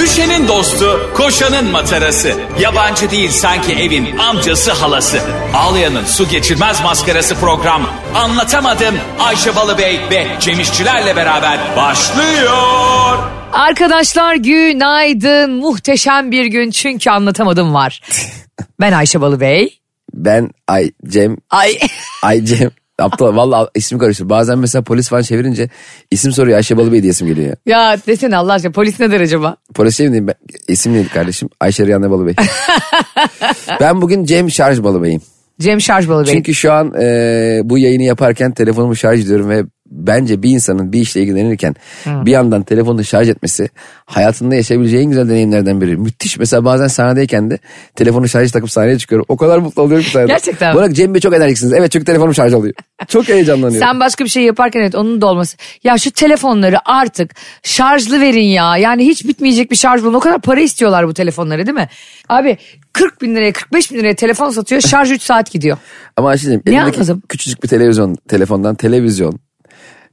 Ayşe'nin dostu, koşanın matarası. Yabancı değil sanki evin amcası halası. Ağlayan'ın su geçirmez maskarası program. Anlatamadım Ayşe Balıbey ve Cemişçilerle beraber başlıyor. Arkadaşlar günaydın. Muhteşem bir gün çünkü anlatamadım var. Ben Ayşe Balıbey. Ben Ay Cem Ay Ay Cem Aptal valla isim karıştı. Bazen mesela polis falan çevirince isim soruyor Ayşe Balıbey diye isim geliyor ya. ya desene Allah aşkına polis ne der acaba? Polis şey mi diyeyim ben? İsim neydi kardeşim? Ayşe Rihanna Balıbey. ben bugün Cem Şarj Balıbey'im. Cem Şarj Balıbey. Çünkü şu an e, bu yayını yaparken telefonumu şarj ediyorum ve bence bir insanın bir işle ilgilenirken bir yandan telefonunu şarj etmesi hayatında yaşayabileceği en güzel deneyimlerden biri. Müthiş mesela bazen sahnedeyken de telefonu şarj takıp sahneye çıkıyorum. O kadar mutlu oluyorum ki sahnede. Gerçekten mi? Bu arada Cem Bey çok enerjiksiniz. Evet çünkü telefonum şarj oluyor. Çok heyecanlanıyorum. Sen başka bir şey yaparken evet onun da olması. Ya şu telefonları artık şarjlı verin ya. Yani hiç bitmeyecek bir şarj bulun. O kadar para istiyorlar bu telefonları değil mi? Abi 40 bin liraya 45 bin liraya telefon satıyor şarj 3 saat gidiyor. Ama Ayşe'cim Ne elindeki anladım? küçücük bir televizyon, telefondan televizyon,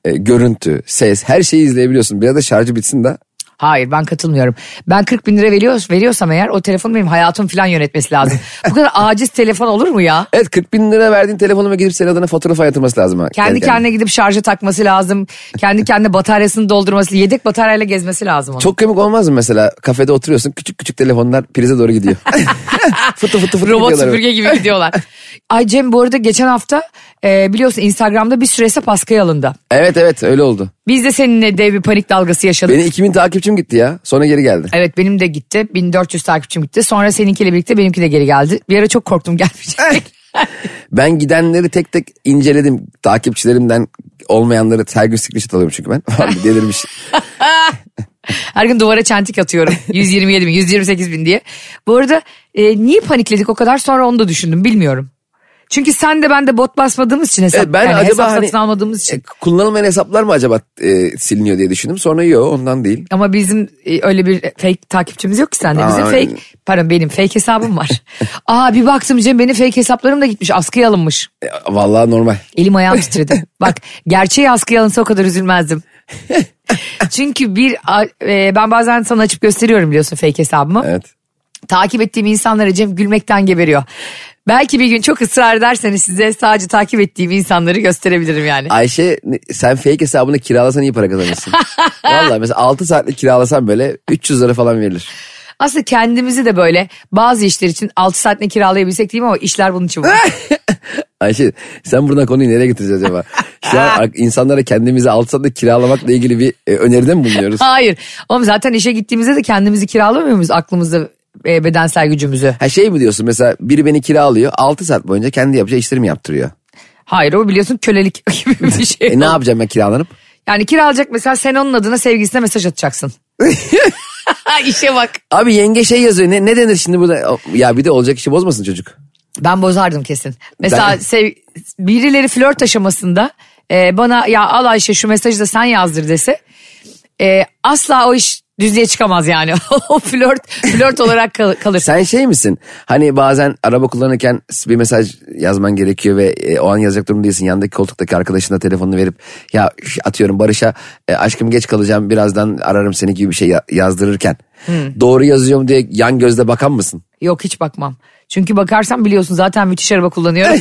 e, görüntü, ses her şeyi izleyebiliyorsun. Biraz da şarjı bitsin de. Hayır ben katılmıyorum. Ben 40 bin lira veriyor, veriyorsam eğer o telefonu benim hayatım falan yönetmesi lazım. Bu kadar aciz telefon olur mu ya? Evet 40 bin lira verdiğin telefonuma gidip senin adına fotoğraf ayırtılması lazım. ha. Kendi kendine gidip şarja takması lazım. Kendi kendine bataryasını doldurması, yedek bataryayla gezmesi lazım onun. Çok komik olmaz mı mesela kafede oturuyorsun küçük küçük telefonlar prize doğru gidiyor. fıtı fıtı fıtı Robot gidiyorlar. süpürge gibi gidiyorlar. Ay Cem bu arada geçen hafta e, biliyorsun Instagram'da bir sürese baskıya alındı. Evet evet öyle oldu. Biz de seninle dev bir panik dalgası yaşadık. Benim 2000 takipçim gitti ya sonra geri geldi. Evet benim de gitti. 1400 takipçim gitti. Sonra seninkiyle birlikte benimki de geri geldi. Bir ara çok korktum gelmeyecek. Ben gidenleri tek tek inceledim takipçilerimden olmayanları her gün screenshot alıyorum çünkü ben. Vallahi Delirmiş. Her gün duvara çentik atıyorum. 127 bin, 128 bin diye. Bu arada e, niye panikledik o kadar sonra onu da düşündüm bilmiyorum. Çünkü sen de ben de bot basmadığımız için hesap, Evet, ben yani acaba hesap hani- satın almadığımız için. E, Kullanılmayan hesaplar mı acaba e, siliniyor diye düşündüm. Sonra yok ondan değil. Ama bizim e, öyle bir fake takipçimiz yok ki sende. Bizim Aa, fake, pardon benim fake hesabım var. Aa bir baktım Cem benim fake hesaplarım da gitmiş askıya alınmış. E, Vallahi normal. Elim ayağım titredi. Bak gerçeği askıya alınsa o kadar üzülmezdim. Çünkü bir a- e, ben bazen sana açıp gösteriyorum biliyorsun fake hesabımı. Evet. takip ettiğim insanlara Cem gülmekten geberiyor. Belki bir gün çok ısrar ederseniz size sadece takip ettiğim insanları gösterebilirim yani. Ayşe ne- sen fake hesabını kiralasan iyi para kazanırsın. Vallahi mesela 6 saatlik kiralasan böyle 300 lira falan verilir. Aslında kendimizi de böyle bazı işler için 6 saatine kiralayabilsek diyeyim ama işler bunun için var. Ayşe sen buradan konuyu nereye getireceğiz acaba? Şu an ak- insanlara kendimizi 6 saatte kiralamakla ilgili bir e, öneride mi bulunuyoruz? Hayır. Oğlum zaten işe gittiğimizde de kendimizi kiralamıyor muyuz aklımızda e, bedensel gücümüzü? Ha şey mi diyorsun mesela biri beni kiralıyor 6 saat boyunca kendi yapacağı işlerimi yaptırıyor. Hayır o biliyorsun kölelik gibi bir şey. E ne yapacağım ben kiralanıp? Yani kiralayacak mesela sen onun adına sevgilisine mesaj atacaksın. İşe bak. Abi yenge şey yazıyor ne, ne denir şimdi burada? O- Ya bir de olacak işi bozmasın çocuk. Ben bozardım kesin. Mesela Ben- sev- birileri flört aşamasında e, bana ya al Ayşe şu mesajı da sen yazdır dese e, asla o iş düzlüğe çıkamaz yani. o flört flört olarak kal- kalır. Sen şey misin? Hani bazen araba kullanırken bir mesaj yazman gerekiyor ve e, o an yazacak durumda değilsin. Yandaki koltuktaki arkadaşına telefonunu verip ya ş- atıyorum Barış'a e, aşkım geç kalacağım birazdan ararım seni gibi bir şey ya- yazdırırken. Hmm. Doğru yazıyorum diye yan gözle bakan mısın? Yok hiç bakmam. Çünkü bakarsam biliyorsun zaten müthiş araba kullanıyorum.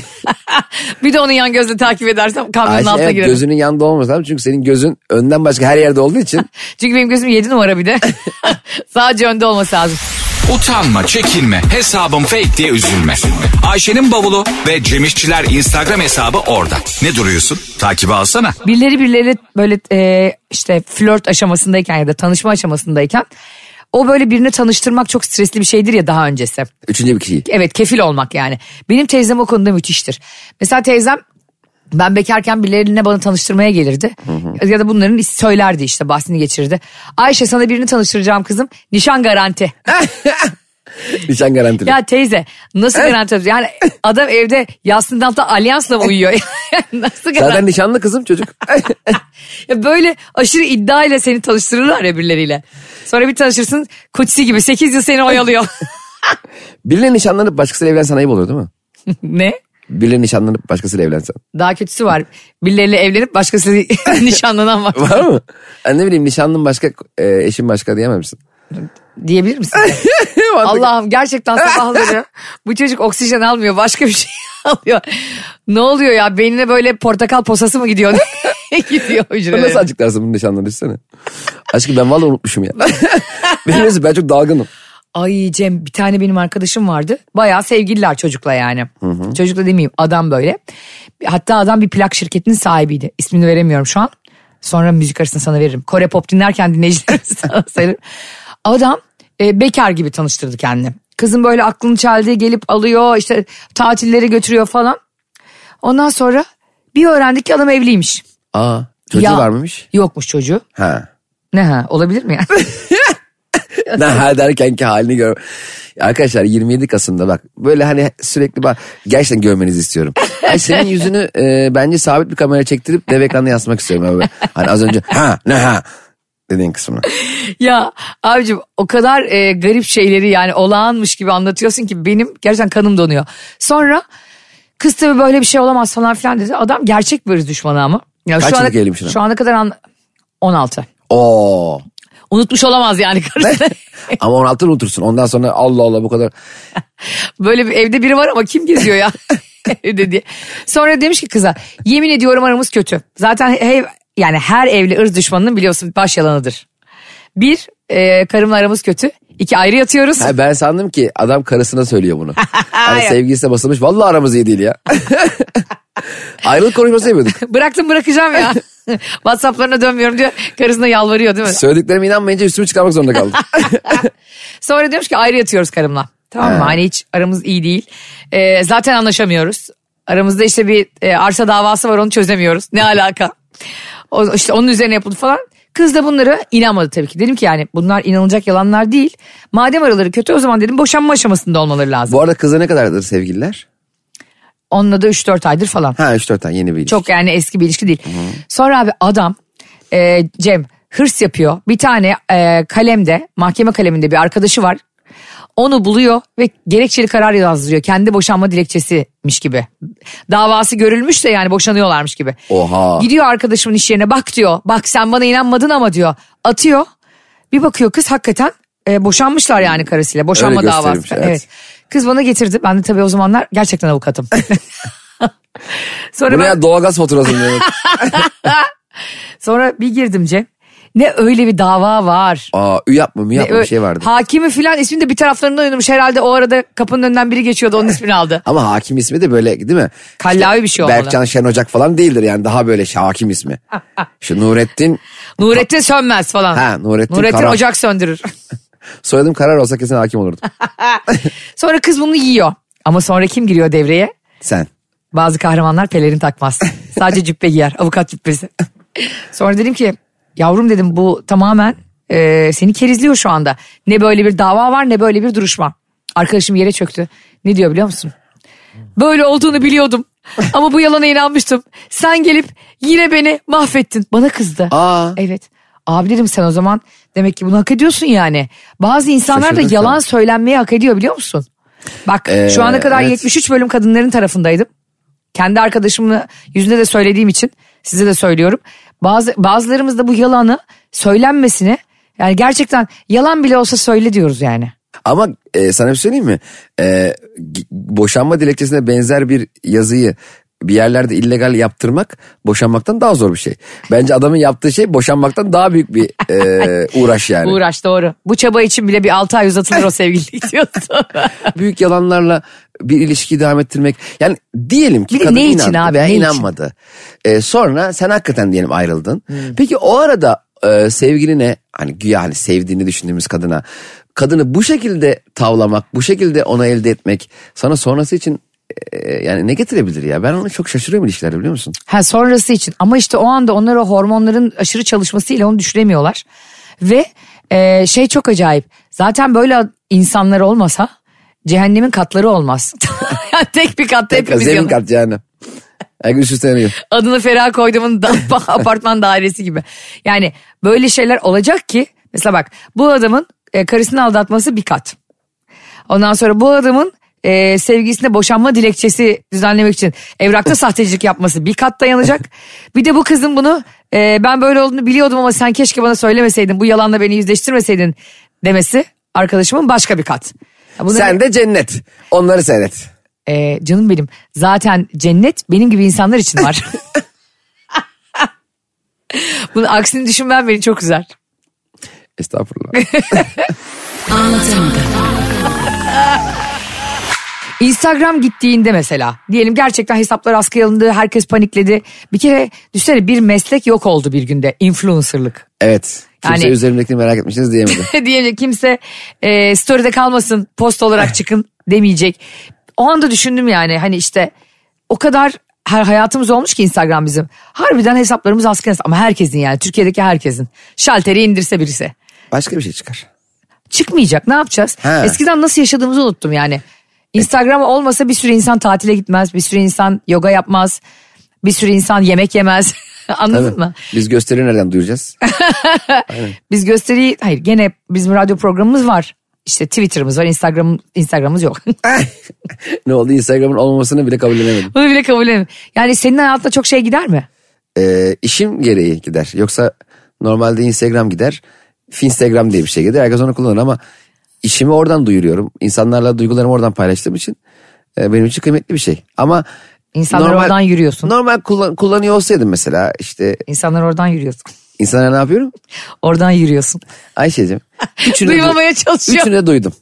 bir de onu yan gözle takip edersem kamyonun Ayşe altına evet, girerim. gözünün yanında olması lazım çünkü senin gözün önden başka her yerde olduğu için. Çünkü benim gözüm 7 numara bir de. Sadece önde olması lazım. Utanma, çekinme, hesabım fake diye üzülme. Ayşe'nin bavulu ve Cemişçiler Instagram hesabı orada. Ne duruyorsun? Takibi alsana. Birileri birileri böyle e, işte flört aşamasındayken ya da tanışma aşamasındayken o böyle birini tanıştırmak çok stresli bir şeydir ya daha öncesi. Üçüncü bir kişiyi. Evet kefil olmak yani. Benim teyzem o konuda müthiştir. Mesela teyzem ben bekarken birilerine bana tanıştırmaya gelirdi. Ya da bunların is- söylerdi işte bahsini geçirirdi. Ayşe sana birini tanıştıracağım kızım. Nişan garanti. Nişan garantili. Ya teyze nasıl garanti? Yani adam evde yastığın altında alyansla mı uyuyor? nasıl garanti? Zaten nişanlı kızım çocuk. Ya böyle aşırı iddia ile seni tanıştırırlar ya birileriyle. Sonra bir tanışırsın kutsi gibi 8 yıl seni oyalıyor. Biriyle nişanlanıp başkasıyla evlensen ayıp olur değil mi? ne? Biriyle nişanlanıp başkasıyla evlensen. Daha kötüsü var. Birileriyle evlenip başkasıyla nişanlanan var. Var mı? Ha, ne bileyim nişanlın başka e, eşin başka diyemem misin? diyebilir misin? Allah'ım gerçekten sabahları bu çocuk oksijen almıyor başka bir şey alıyor. Ne oluyor ya beynine böyle portakal posası mı gidiyor? gidiyor hücrelere. Nasıl açıklarsın bunu nişanları düşsene. Aşkım ben vallahi unutmuşum ya. Benim neyse ben çok dalgınım. Ay Cem bir tane benim arkadaşım vardı. Bayağı sevgililer çocukla yani. Çocukla demeyeyim adam böyle. Hatta adam bir plak şirketinin sahibiydi. İsmini veremiyorum şu an. Sonra müzik arasını sana veririm. Kore pop dinlerken dinleyicilerimiz sana söylerim. Adam e, bekar gibi tanıştırdı kendini. Kızın böyle aklını çeldi gelip alıyor işte tatilleri götürüyor falan. Ondan sonra bir öğrendik ki adam evliymiş. Aa çocuğu Ya- var mıymış? Yokmuş çocuğu. Ha. Ne ha olabilir mi yani? Ne ha derken ki halini gör. Arkadaşlar 27 Kasım'da bak böyle hani sürekli bak gerçekten görmenizi istiyorum. Ay senin yüzünü e, bence sabit bir kamera çektirip dev ekranda yansıtmak istiyorum abi. Hani az önce ha ne ha dediğin kısmını. Ya abicim o kadar e, garip şeyleri yani olağanmış gibi anlatıyorsun ki benim gerçekten kanım donuyor. Sonra kız tabii böyle bir şey olamaz falan filan dedi. Adam gerçek bir ırz düşmanı ama. Ya Kaç şu ana, yıllık evliymiş adam? Şu ana kadar an, 16. Oo. Unutmuş olamaz yani karısı. Ama 16'ını unutursun. Ondan sonra Allah Allah bu kadar. böyle bir evde biri var ama kim geziyor ya? evde diye. Sonra demiş ki kıza yemin ediyorum aramız kötü. Zaten ev, yani her evli ırz düşmanının biliyorsun baş yalanıdır. Bir e, karımla aramız kötü. İki ayrı yatıyoruz. Ha, ben sandım ki adam karısına söylüyor bunu. Hani Yok. sevgilisine basılmış. Vallahi aramız iyi değil ya. Ayrılık konuşması yapıyorduk. Bıraktım bırakacağım ya. Whatsapp'larına dönmüyorum diyor. Karısına yalvarıyor değil mi? Söylediklerime inanmayınca üstümü çıkarmak zorunda kaldım. Sonra diyormuş ki ayrı yatıyoruz karımla. Tamam mı? Hani hiç aramız iyi değil. Ee, zaten anlaşamıyoruz. Aramızda işte bir e, arsa davası var onu çözemiyoruz. Ne alaka? O, işte onun üzerine yapıldı falan. Kız da bunlara inanmadı tabii ki. Dedim ki yani bunlar inanılacak yalanlar değil. Madem araları kötü o zaman dedim boşanma aşamasında olmaları lazım. bu arada kızla ne kadardır sevgililer? Onunla da 3-4 aydır falan. Ha 3-4 tane yeni bir ilişki. Çok yani eski bir ilişki değil. Sonra abi adam e, Cem hırs yapıyor. Bir tane e, kalemde mahkeme kaleminde bir arkadaşı var. Onu buluyor ve gerekçeli karar yazdırıyor. Kendi boşanma dilekçesiymiş gibi. Davası görülmüş de yani boşanıyorlarmış gibi. Oha. Gidiyor arkadaşımın iş yerine bak diyor. Bak sen bana inanmadın ama diyor. Atıyor. Bir bakıyor kız hakikaten e, boşanmışlar yani karısıyla. Boşanma Öyle davası. gösterilmiş, evet. Kız bana getirdi. Ben de tabii o zamanlar gerçekten avukatım. Sonra Bu ne ben- ya doğalgaz faturası mı? Sonra bir girdim Cem. Ne öyle bir dava var. Aa ü yapma mı yapma Ne ö- bir şey vardı. Hakimi filan ismini de bir taraflarından oynamış. Herhalde o arada kapının önünden biri geçiyordu onun ismini aldı. Ama hakim ismi de böyle değil mi? Kallavi bir şey olmalı. Berkcan Şen Ocak falan değildir yani daha böyle şey, hakim ismi. Şu Nurettin Nurettin Sönmez falan. Ha, Nurettin Nurettin Kara. Ocak söndürür. soyadım karar olsa kesin hakim olurdu. sonra kız bunu yiyor. Ama sonra kim giriyor devreye? Sen. Bazı kahramanlar pelerin takmaz. Sadece cübbe giyer. Avukat cübbesi. Sonra dedim ki yavrum dedim bu tamamen e, seni kerizliyor şu anda. Ne böyle bir dava var ne böyle bir duruşma. Arkadaşım yere çöktü. Ne diyor biliyor musun? Böyle olduğunu biliyordum. Ama bu yalana inanmıştım. Sen gelip yine beni mahvettin. Bana kızdı. Aa. Evet. Abi dedim sen o zaman demek ki bunu hak ediyorsun yani. Bazı insanlar da Şaşırdım yalan sana. söylenmeyi hak ediyor biliyor musun? Bak Ee, şu ana kadar evet. 73 bölüm kadınların tarafındaydım. Kendi arkadaşımın yüzünde de söylediğim için size de söylüyorum. Bazı bazılarımız da bu yalanı söylenmesini yani gerçekten yalan bile olsa söyle diyoruz yani. Ama e, sana bir söyleyeyim mi? E, g- boşanma dilekçesine benzer bir yazıyı bir yerlerde illegal yaptırmak boşanmaktan daha zor bir şey. Bence adamın yaptığı şey boşanmaktan daha büyük bir e, uğraş yani. Uğraş doğru. Bu çaba için bile bir 6 ay uzatılır o sevgililik diyordu. büyük yalanlarla bir ilişkiyi devam ettirmek. Yani diyelim ki Bir de kadın ne için inandı abi, veya ne için? inanmadı. Ee, sonra sen hakikaten diyelim ayrıldın. Hmm. Peki o arada e, sevgiline hani güya hani sevdiğini düşündüğümüz kadına kadını bu şekilde tavlamak, bu şekilde ona elde etmek sana sonrası için e, yani ne getirebilir ya? Ben onu çok şaşırıyorum ilişkilerde biliyor musun? Ha sonrası için ama işte o anda onlar o hormonların aşırı çalışmasıyla onu düşüremiyorlar. Ve e, şey çok acayip zaten böyle insanlar olmasa cehennemin katları olmaz. Yani Tek bir katta hepimiz Zemin yanıyoruz. kat yani. Her gün üst üste yanıyor. adını Ferah koyduğumun da- apartman dairesi gibi. Yani böyle şeyler olacak ki mesela bak bu adamın e, karısını aldatması bir kat. Ondan sonra bu adamın e, sevgilisine boşanma dilekçesi düzenlemek için evrakta sahtecilik yapması bir kat dayanacak. Bir de bu kızın bunu e, ben böyle olduğunu biliyordum ama sen keşke bana söylemeseydin bu yalanla beni yüzleştirmeseydin demesi arkadaşımın başka bir kat. Ya bunları- Sen de cennet. Onları seyret. Ee, canım benim zaten cennet benim gibi insanlar için var. Bunun aksini düşünmen beni çok üzer. Estağfurullah. Instagram gittiğinde mesela diyelim gerçekten hesaplar askıya alındı herkes panikledi. Bir kere düşünsene bir meslek yok oldu bir günde influencerlık. evet. Kimse Yani- üzerimdekini merak etmişsiniz diyemedim. diyecek kimse e, story'de kalmasın post olarak çıkın demeyecek. O anda düşündüm yani hani işte o kadar her hayatımız olmuş ki Instagram bizim. Harbiden hesaplarımız askıya ama herkesin yani Türkiye'deki herkesin. Şalteri indirse birisi. Başka bir şey çıkar. Çıkmayacak ne yapacağız? He. Eskiden nasıl yaşadığımızı unuttum yani. Instagram olmasa bir sürü insan tatile gitmez, bir sürü insan yoga yapmaz, bir sürü insan yemek yemez. Anladın Tabii. mı? Biz gösteri nereden duyuracağız? Biz gösteriyi hayır gene bizim radyo programımız var. İşte Twitter'ımız var, Instagram Instagram'ımız yok. ne oldu? Instagram'ın olmamasını bile kabul edemedim. Bunu bile kabul edemem. Yani senin hayatında çok şey gider mi? Ee, işim gereği gider. Yoksa normalde Instagram gider. Instagram diye bir şey gider. Herkes onu kullanır ama işimi oradan duyuruyorum. İnsanlarla duygularımı oradan paylaştığım için e, benim için kıymetli bir şey. Ama İnsanlar oradan yürüyorsun. Normal kullan- kullanıyor olsaydım mesela işte İnsanlar oradan yürüyorsun. insanlara ne yapıyorum? Oradan yürüyorsun. Ayşe'cim. üçünü du- Duymamaya çalışıyor. Üçünü de duydum.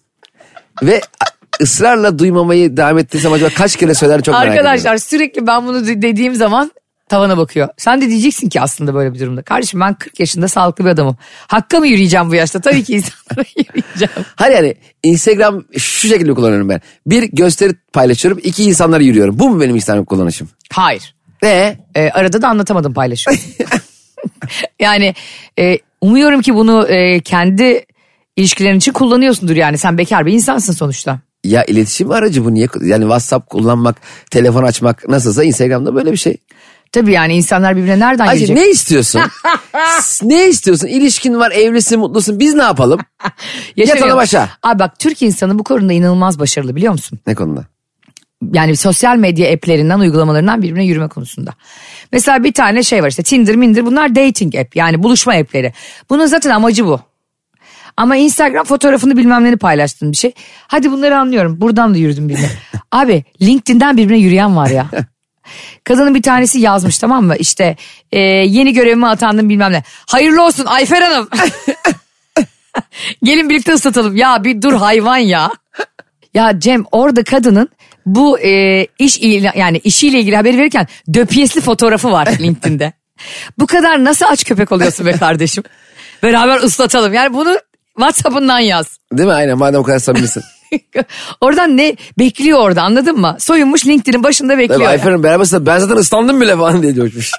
Ve a- ısrarla duymamayı devam ettiysem acaba kaç kere söyler çok merak ediyorum. Arkadaşlar sürekli ben bunu de- dediğim zaman tavana bakıyor. Sen de diyeceksin ki aslında böyle bir durumda. Kardeşim ben 40 yaşında sağlıklı bir adamım. Hakka mı yürüyeceğim bu yaşta? Tabii ki insanlara yürüyeceğim. Hayır yani Instagram şu şekilde kullanıyorum ben. Bir gösteri paylaşıyorum, iki insanlara yürüyorum. Bu mu benim Instagram kullanışım? Hayır. Ne? Ee, arada da anlatamadım paylaşıyorum. yani e, umuyorum ki bunu e, kendi ilişkilerin için kullanıyorsundur yani. Sen bekar bir insansın sonuçta. Ya iletişim aracı bu niye? Yani WhatsApp kullanmak, telefon açmak nasılsa Instagram'da böyle bir şey. Tabii yani insanlar birbirine nereden Ayşe girecek? ne istiyorsun? S- ne istiyorsun? İlişkin var, evlisin, mutlusun. Biz ne yapalım? Yaşamıyor. Yatana başa. Abi bak Türk insanı bu konuda inanılmaz başarılı biliyor musun? Ne konuda? yani sosyal medya app'lerinden uygulamalarından birbirine yürüme konusunda. Mesela bir tane şey var işte Tinder, Minder bunlar dating app yani buluşma app'leri. Bunun zaten amacı bu. Ama Instagram fotoğrafını bilmem neni paylaştığın bir şey. Hadi bunları anlıyorum. Buradan da yürüdüm birine. Abi LinkedIn'den birbirine yürüyen var ya. Kadının bir tanesi yazmış tamam mı? İşte e, yeni görevime atandım bilmem ne. Hayırlı olsun Ayfer Hanım. Gelin birlikte ıslatalım. Ya bir dur hayvan ya. Ya Cem orada kadının bu e, iş ila- yani işiyle ilgili haberi verirken döpiyesli fotoğrafı var LinkedIn'de. bu kadar nasıl aç köpek oluyorsun be kardeşim? Beraber ıslatalım. Yani bunu WhatsApp'ından yaz. Değil mi? Aynen madem o kadar samimisin. Oradan ne bekliyor orada anladın mı? Soyunmuş LinkedIn'in başında bekliyor. Tabii Ayfer'in beraber ben zaten ıslandım bile falan diye coşmuş.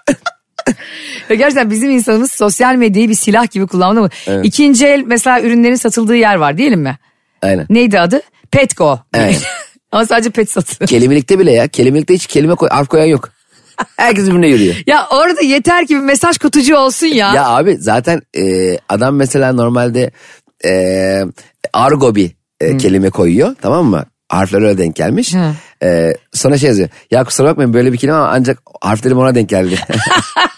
Ve gerçekten bizim insanımız sosyal medyayı bir silah gibi kullandı mı? İkinci el mesela ürünlerin satıldığı yer var diyelim mi? Aynen. Neydi adı? Petco. Evet. Ama sadece pet satılıyor. Kelimelikte bile ya. Kelimelikte hiç kelime koy, harf koyan yok. Herkes birbirine yürüyor. Ya orada yeter ki bir mesaj kutucu olsun ya. Ya abi zaten e, adam mesela normalde e, argo bir e, Hmm. kelime koyuyor tamam mı? Harfler öyle denk gelmiş. Hı. E, sonra şey yazıyor. Ya kusura bakmayın böyle bir kelime ama ancak harflerim ona denk geldi.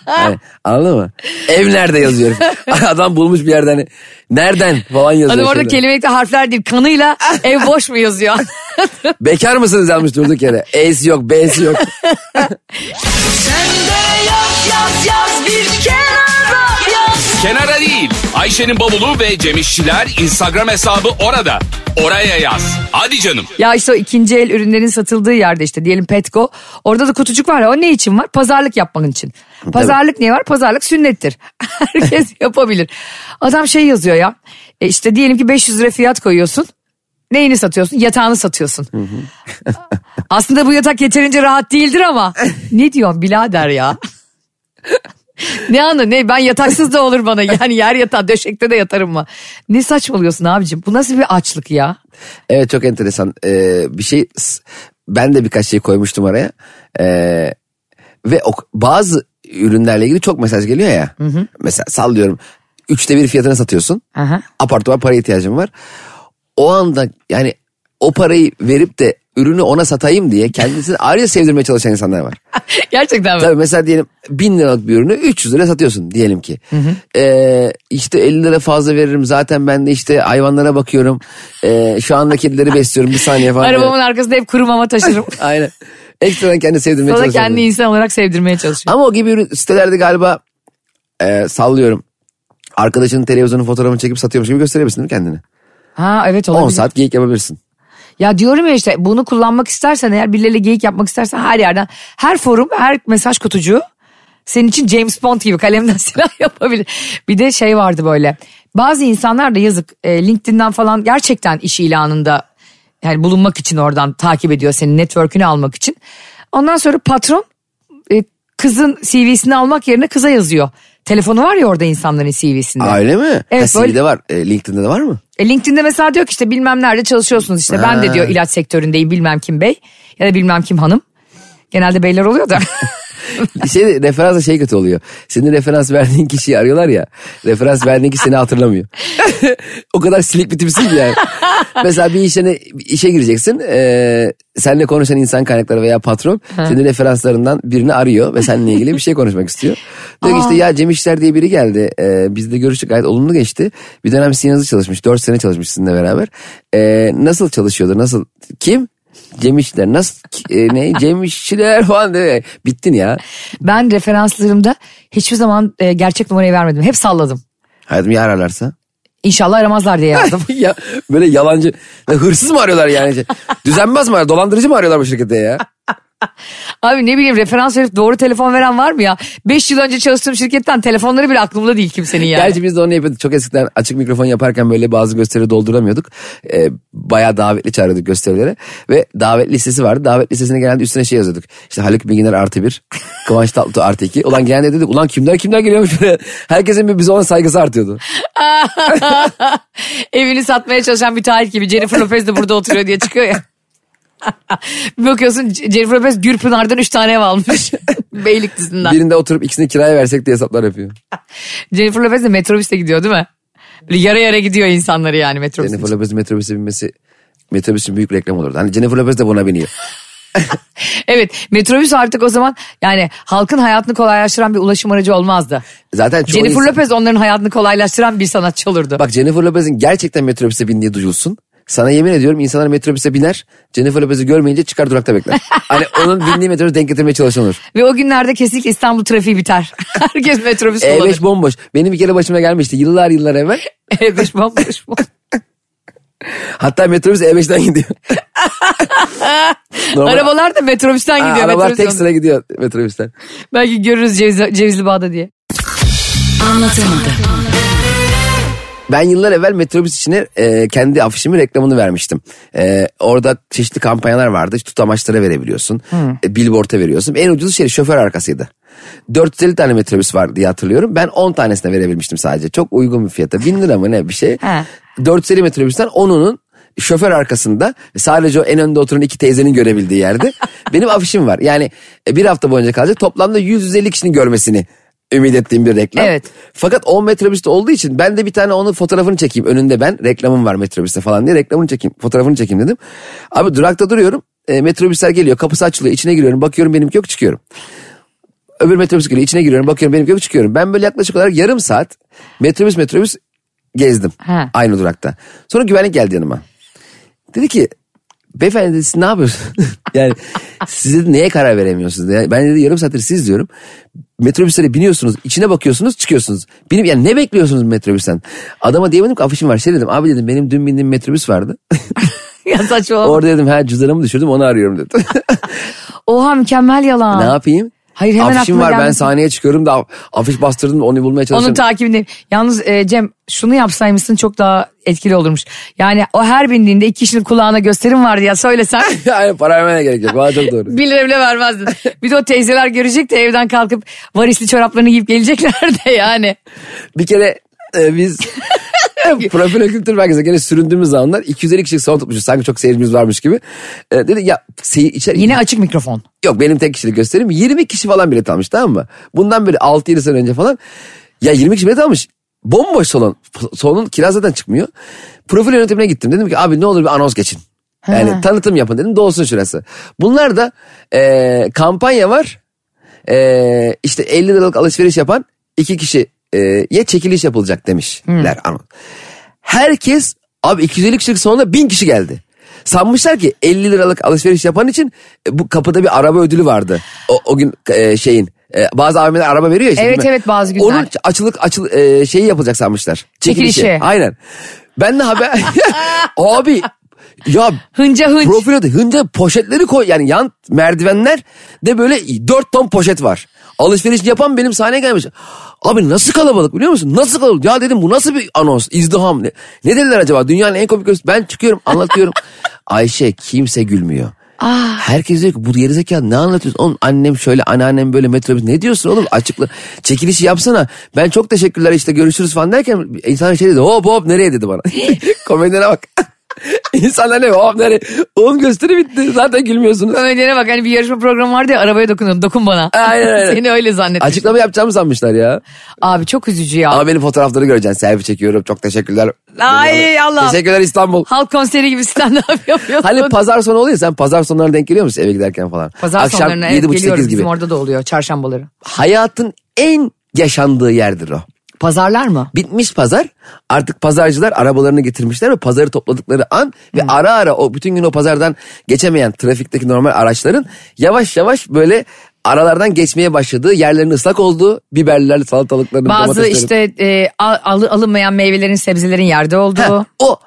yani, anladın mı? Ev nerede yazıyorum. adam bulmuş bir yerden. Hani, nereden falan yazıyor. Adam orada şöyle. kelimelikte harfler değil kanıyla ev boş mu yazıyor? Bekar mısınız yazmış durduk yere. E'si yok B'si yok. Kenara değil. Ayşe'nin bavulu ve Cemişçiler Instagram hesabı orada. Oraya yaz. Hadi canım. ya işte o ikinci el ürünlerin satıldığı yerde işte diyelim Petco. Orada da kutucuk var ya o ne için var? Pazarlık yapmak için. Pazarlık niye var? Pazarlık sünnettir. Herkes yapabilir. Adam şey yazıyor ya. E işte diyelim ki 500 lira fiyat koyuyorsun. Neyini satıyorsun? Yatağını satıyorsun. Aslında bu yatak yeterince rahat değildir ama. ne diyorsun birader ya? ne anla ne ben yataksız da olur bana yani yer yatağı döşekte de yatarım mı? Ne saçmalıyorsun abicim bu nasıl bir açlık ya? Evet çok enteresan. Ee, bir şey s- ben de birkaç şey koymuştum araya. Ee, ve o, bazı ürünlerle ilgili çok mesaj geliyor ya. Mesela sallıyorum. Üçte bir fiyatına satıyorsun. Aha. Apartman para ihtiyacın var. O anda yani o parayı verip de ürünü ona satayım diye kendisini ayrıca sevdirmeye çalışan insanlar var. Gerçekten mi? Tabii mesela diyelim 1000 liralık bir ürünü 300 lira satıyorsun diyelim ki. Ee, işte 50 lira fazla veririm zaten ben de işte hayvanlara bakıyorum. Ee, şu anda kedileri besliyorum bir saniye falan. Arabamın arkasında hep kuru mama taşırım. Aynen. Ekstradan kendini sevdirmeye Sana çalışıyorum. kendi insan olarak sevdirmeye çalışıyorum. Ama o gibi ürün- sitelerde galiba e, sallıyorum. Arkadaşının televizyonun fotoğrafını çekip satıyormuş gibi gösterebilirsin değil mi kendini? Ha evet 10 olabilir. saat geyik yapabilirsin. Ya diyorum ya işte bunu kullanmak istersen eğer birileriyle geyik yapmak istersen her yerden her forum her mesaj kutucuğu senin için James Bond gibi kalemden silah yapabilir. Bir de şey vardı böyle bazı insanlar da yazık e, LinkedIn'den falan gerçekten iş ilanında yani bulunmak için oradan takip ediyor senin network'ünü almak için. Ondan sonra patron e, kızın CV'sini almak yerine kıza yazıyor. Telefonu var ya orada insanların CV'sinde. Aa, öyle mi? Evet, ha, böyle- CV'de var. E, LinkedIn'de de var mı? E LinkedIn'de mesela diyor ki işte bilmem nerede çalışıyorsunuz işte ben de Ha. diyor ilaç sektöründeyim bilmem kim bey ya da bilmem kim hanım. Genelde beyler oluyor da. Şey, referans da şey kötü oluyor. Senin referans verdiğin kişiyi arıyorlar ya. Referans verdiğin kişi seni hatırlamıyor. o kadar silik bir tipsin ki yani. Mesela bir işe, bir işe gireceksin. E, seninle konuşan insan kaynakları veya patron senin referanslarından birini arıyor ve seninle ilgili bir şey konuşmak istiyor. Diyor ki işte ya Cem İşler diye biri geldi. E, bizde görüştük gayet olumlu geçti. Bir dönem sizin yanınızda çalışmış. Dört sene çalışmış sizinle beraber. E, nasıl çalışıyordu? Nasıl? Kim? Cem İşler nasıl e, ne Cem İşler falan diye bittin ya. ben referanslarımda hiçbir zaman e, gerçek numarayı vermedim. Hep salladım. Hayatım ya ararlarsa? İnşallah aramazlar diye yazdım. ya böyle yalancı. Ya hırsız mı arıyorlar yani? Düzenmez mi arıyorlar? Dolandırıcı mı arıyorlar bu şirkette ya? Abi ne bileyim referans verip doğru telefon veren var mı ya? 5 yıl önce çalıştığım şirketten telefonları bile aklımda değil kimsenin yani. Gerçi biz de onu yapıyorduk. Çok eskiden açık mikrofon yaparken böyle bazı gösteri dolduramıyorduk. Ee, bayağı davetli çağırıyorduk gösterilere. Ve davet listesi vardı. Davet listesine genelde üstüne şey yazıyorduk. İşte Haluk Bilginer artı bir. Kıvanç Tatlıtuğ artı iki. Ulan genelde dedik ulan kimler kimler geliyormuş böyle. Herkesin bir bize olan saygısı artıyordu. Evini satmaya çalışan bir tarih gibi Jennifer Lopez de burada oturuyor diye çıkıyor ya. bir bakıyorsun Jennifer Lopez Gürpınar'dan 3 tane ev almış. Beylikdüzü'nden. Birinde oturup ikisini kiraya versek diye hesaplar yapıyor. Jennifer Lopez de metrobüste gidiyor değil mi? Böyle Yara yara gidiyor insanları yani metrobüste. Jennifer Lopez'in metrobüse binmesi metrobüsün büyük reklam olurdu. Hani Jennifer Lopez de buna biniyor. Evet metrobüs artık o zaman yani halkın hayatını kolaylaştıran bir ulaşım aracı olmazdı. Zaten çoğu Jennifer insan- Lopez onların hayatını kolaylaştıran bir sanatçı olurdu. Bak Jennifer Lopez'in gerçekten metrobüse bindiği duyulsun. Sana yemin ediyorum insanlar metrobüse biner. Jennifer Lopez'i görmeyince çıkar durakta bekler. hani onun bindiği metrobüse denk getirmeye çalışan olur. Ve o günlerde kesinlikle İstanbul trafiği biter. Herkes metrobüs kullanır. E E5 E bomboş. Benim bir kere başıma gelmişti yıllar yıllar evvel. E5 bomboş mu? Hatta metrobüs E5'ten gidiyor. Normal- Arabalar da metrobüsten Ha, gidiyor. Arabalar metrobüs tek yolunda. sıra gidiyor metrobüsten. Belki görürüz Ceviz, Cevizli Bağ'da diye. Ben yıllar evvel metrobüs içine e, kendi afişimin reklamını vermiştim. E, orada çeşitli kampanyalar vardı. İşte tutamaçlara verebiliyorsun. E, billboard'a veriyorsun. En ucuzu şey şoför arkasıydı. 450 tane metrobüs vardı diye hatırlıyorum. Ben 10 tanesine verebilmiştim sadece. Çok uygun bir fiyata. 1000 lira mı ne bir şey. Ha. 450 metrobüsten 10'unun şoför arkasında sadece o en önde oturan iki teyzenin görebildiği yerde benim afişim var. Yani e, bir hafta boyunca kalacak toplamda 150 kişinin görmesini ümit ettiğim bir reklam. Evet. Fakat 10 metrobüste olduğu için ben de bir tane onun fotoğrafını çekeyim. Önünde ben reklamım var metrobüste falan diye reklamını çekeyim. Fotoğrafını çekeyim dedim. Abi durakta duruyorum. E, metrobüsler geliyor. Kapısı açılıyor. içine giriyorum. Bakıyorum benimki yok çıkıyorum. Öbür metrobüs geliyor. içine giriyorum. Bakıyorum benimki yok çıkıyorum. Ben böyle yaklaşık olarak yarım saat metrobüs metrobüs gezdim. Ha. Aynı durakta. Sonra güvenlik geldi yanıma. Dedi ki beyefendi dedi, siz ne yapıyorsunuz? yani siz dedi, neye karar veremiyorsunuz? Yani ben dedi yarım saattir siz diyorum. Metrobüslere biniyorsunuz, içine bakıyorsunuz, çıkıyorsunuz. Benim yani ne bekliyorsunuz metrobüsten? Adama diyemedim ki afişim var. Şey dedim abi dedim benim dün bindiğim metrobüs vardı. ya saçmalama. Orada dedim ha cüzdanımı düşürdüm onu arıyorum dedim. Oha mükemmel yalan. ne yapayım? Hayır, hemen Afişim aklıma var ben gelmedi. sahneye çıkıyorum da afiş bastırdım onu bulmaya Onun çalışıyorum. takibinde. Yalnız e, Cem şunu yapsaymışsın çok daha etkili olurmuş. Yani o her bindiğinde iki kişinin kulağına gösterim vardı ya söylesen yani para vermene gerek yok. Bana çok doğru. bir lira bile vermezdin. Bir de o teyzeler görecek de evden kalkıp varisli çoraplarını giyip gelecekler de yani. Bir kere e, biz profil ve kültür merkezine gene süründüğümüz zamanlar 250 kişilik salon tutmuşuz. Sanki çok seyircimiz varmış gibi. E, dedi ya seyir içer. Yine açık mikrofon. Yok benim tek kişilik gösterim. 20 kişi falan bilet almış tamam mı? Bundan böyle 6-7 sene önce falan. Ya 20 kişi bilet almış. Bomboş salon. Salonun kira zaten çıkmıyor. Profil yönetimine gittim. Dedim ki abi ne olur bir anons geçin. Yani tanıtım yapın dedim dolsun şurası. Bunlar da e, kampanya var. E, işte 50 liralık alışveriş yapan iki kişi e, ye çekiliş yapılacak demişler. Ama Herkes abi 250 kişilik sonunda 1000 kişi geldi. Sanmışlar ki 50 liralık alışveriş yapan için e, bu kapıda bir araba ödülü vardı. O, o gün e, şeyin e, bazı AVM'ler araba veriyor ya. işte, Evet, değil mi? evet, bazı günler. Onun açılık açıl e, şeyi yapılacak sanmışlar. Çekilişi. Çekilişi. Aynen. Ben de haber abi ya Hınca hınç. profilo da hınca poşetleri koy yani yan merdivenler de böyle 4 ton poşet var. Alışveriş yapan benim sahneye gelmiş. Abi nasıl kalabalık biliyor musun? Nasıl kalabalık? Ya dedim bu nasıl bir anons, izdiham? Ne, ne dediler acaba? Dünyanın en komik gösterisi. Ben çıkıyorum anlatıyorum. Ayşe kimse gülmüyor. Ah. Herkes diyor ki bu gerizekalı ne anlatıyorsun? Oğlum annem şöyle anneannem böyle metrobüs ne diyorsun oğlum açıkla çekilişi yapsana. Ben çok teşekkürler işte görüşürüz falan derken insan şey dedi hop hop nereye dedi bana. Komedine bak. İnsanlar ne hop nereye? Oğlum gösteri bitti zaten gülmüyorsunuz. Ömer'e bak hani bir yarışma programı vardı ya arabaya dokunun dokun bana. Aynen, aynen. Seni öyle zannettim. Açıklama yapacağımı sanmışlar ya. Abi çok üzücü ya. Ama benim fotoğrafları göreceksin. Selfie çekiyorum. Çok teşekkürler. Ay Allah. Teşekkürler İstanbul. Halk konseri gibi stand up yapıyorsun. Hani pazar sonu oluyor sen pazar sonlarına denk geliyor musun eve giderken falan? Pazar Akşam sonlarına evet, 7.30-8 geliyorum. gibi. Bizim orada da oluyor çarşambaları. Hayatın en yaşandığı yerdir o. Pazarlar mı? Bitmiş pazar. Artık pazarcılar arabalarını getirmişler ve pazarı topladıkları an ve Hmm. ara ara o bütün gün o pazardan geçemeyen trafikteki normal araçların yavaş yavaş böyle aralardan geçmeye başladığı yerlerin ıslak olduğu biberlerle salatalıkların Bazı domateslerin. işte e, al- alı- alınmayan meyvelerin sebzelerin yerde olduğu. Ha, o